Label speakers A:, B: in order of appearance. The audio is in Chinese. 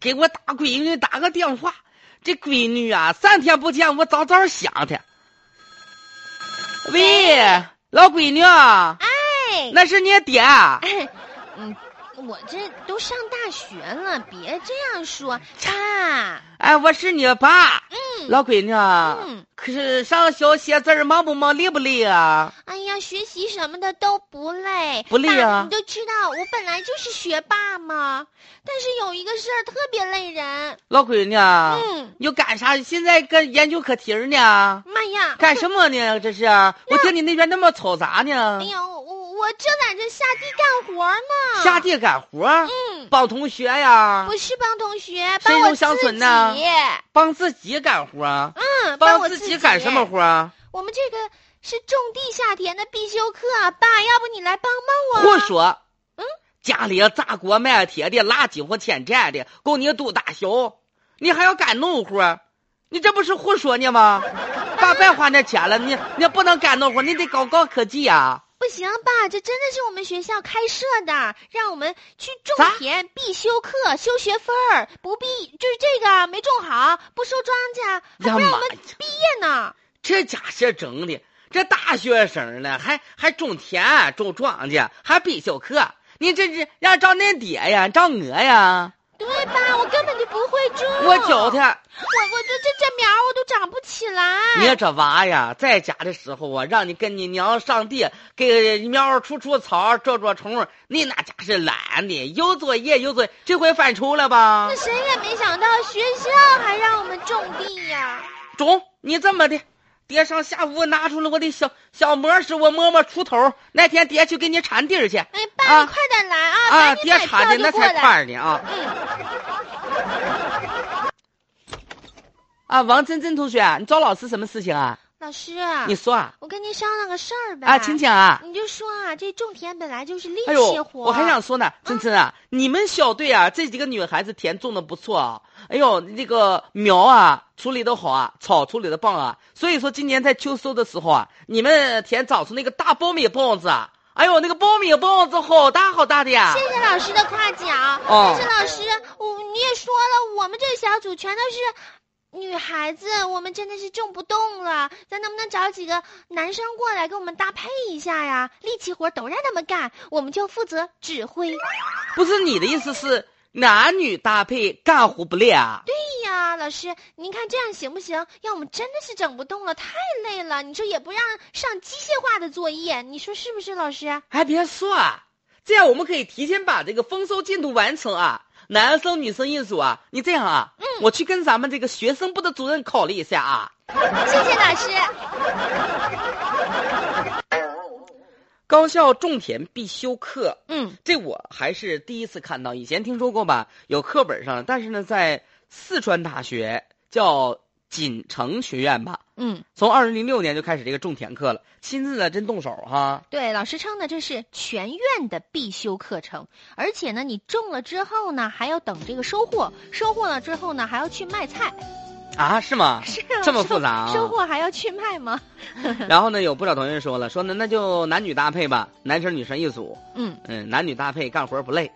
A: 给我大闺女打个电话。这闺女啊，三天不见，我早早想她。喂，老闺女，
B: 哎，
A: 那是你爹啊？
B: 嗯，我这都上大学了，别这样 说，啊爸。
A: 哎，我是你爸。
B: 嗯，
A: 老闺女，
B: 嗯
A: 可是上学写字儿忙不忙，累不累啊？
B: 哎呀，学习什么的都不累，
A: 不累啊
B: 爸你都知道，我本来就是学霸嘛，但是有一个事儿特别累人。
A: 老闺女，
B: 嗯，
A: 你又干啥？现在干研究课题儿呢？
B: 妈呀！
A: 干什么呢？这是？我听你那边那么嘈杂呢
B: 嗯哎。呀，我我正在这下地干活呢。
A: 下？地干活，
B: 嗯，
A: 帮同学呀
B: 不，是帮同学，
A: 深
B: 帮
A: 入
B: 我自
A: 乡村呐
B: 己。
A: 帮自己干活，
B: 嗯，帮
A: 帮
B: 我
A: 自
B: 己
A: 己干什么？活？啊
B: 我们这个是种地下田的必修课啊，爸，要不你来帮帮我？
A: 胡说！
B: 啊嗯，
A: 家里砸锅卖铁的，拉几户欠债的，够你肚大小，你还要干农活？你这不是胡说呢 吗？爸，别花那钱了，你你不能干农活，你得搞高科技啊！
B: 不行，爸，这真的是我们学校开设的，让我们去种
A: 啥
B: 田必修课，修学分儿，不必就是这个没种好，不收庄稼，
A: 哎
B: 还
A: 呀
B: 不让
A: 妈
B: 我们
A: 呀
B: 毕业呢。
A: 这家是整的，这大学生呢，还还种田、啊种庄稼，还必修课，你这是让找恁爹呀，找我呀？
B: 对吧？我根本就不会种。
A: 我教他。
B: 我我这这这苗儿我都长不起来。
A: 你这娃呀，在家的时候啊，让你跟你娘上地给苗儿除除草、捉捉虫，你那家是懒的，有作业有作业，这回犯愁了吧
B: 那？谁也没想到学校还让我们种地呀、
A: 中，你这么的，爹上下午拿出了我的小小磨石，我磨磨锄头。那天爹去给你铲地儿去，
B: 哎，爸，
A: 啊
B: 你快点来啊！
A: 啊，
B: 赶紧
A: 爹
B: 买
A: 铲
B: 票
A: 的
B: 就
A: 那
B: 过
A: 才
B: 来。
A: 快呢啊！
B: 嗯，
A: 啊，王真真同学，你找老师什么事情啊？
B: 老师，
A: 你说啊，
B: 我跟您商量个事儿呗。
A: 啊，请。讲啊。
B: 你就说啊，这种田本来就是力
A: 哎
B: 气
A: 呦，
B: 活。
A: 我还想说呢，真真啊，你们校队啊，这几个女孩子田种的不错啊。哎呦，那个苗啊，处理的好啊，草处理的棒啊。所以说，今年在秋收的时候啊，你们田长出那个大苞米棒子啊，哎呦，那个苞米棒子好大好大的呀
B: 谢！谢老师的夸奖。
A: 哦
B: 但是老师，我你也说了，我们这个小组全都是女孩子，我们真的是种不动了。咱能不能找几个男生过来给我们搭配一下呀？力气活都让他们干，我们就负责指挥。哎
A: 不是你的意思是男女搭配干活不累啊？
B: 对呀，老师，您看这样行不行？要我们真的是整不动了，太累了。你说也不让上机械化的作业，你说是不是，老师？
A: 还别说啊，这样我们可以提前把这个丰收进度完成啊。男生女生一组啊，你这样啊，我去跟咱们这个学生部的主任考虑一下啊。
B: 谢谢老师。
A: 高校种田必修课，
B: 嗯，
A: 这我还是第一次看到，以前听说过吧，有课本上，但是呢，在四川大学叫锦城学院吧，
B: 嗯，
A: 从二零零六年就开始这个种田课了，亲自呢真动手哈。
B: 对，老师称呢这是全院的必修课程，而且呢你种了之后呢还要等这个收获，收获了之后呢还要去卖菜，
A: 啊，是 吗？
B: 是啊
A: 这么
B: 收
A: 复杂啊
B: 收获还要去卖吗？
A: 然后呢，有不少同学说了，说呢那就男女搭配吧，男生女生一组，
B: 嗯。
A: 嗯，男女搭配干活不累。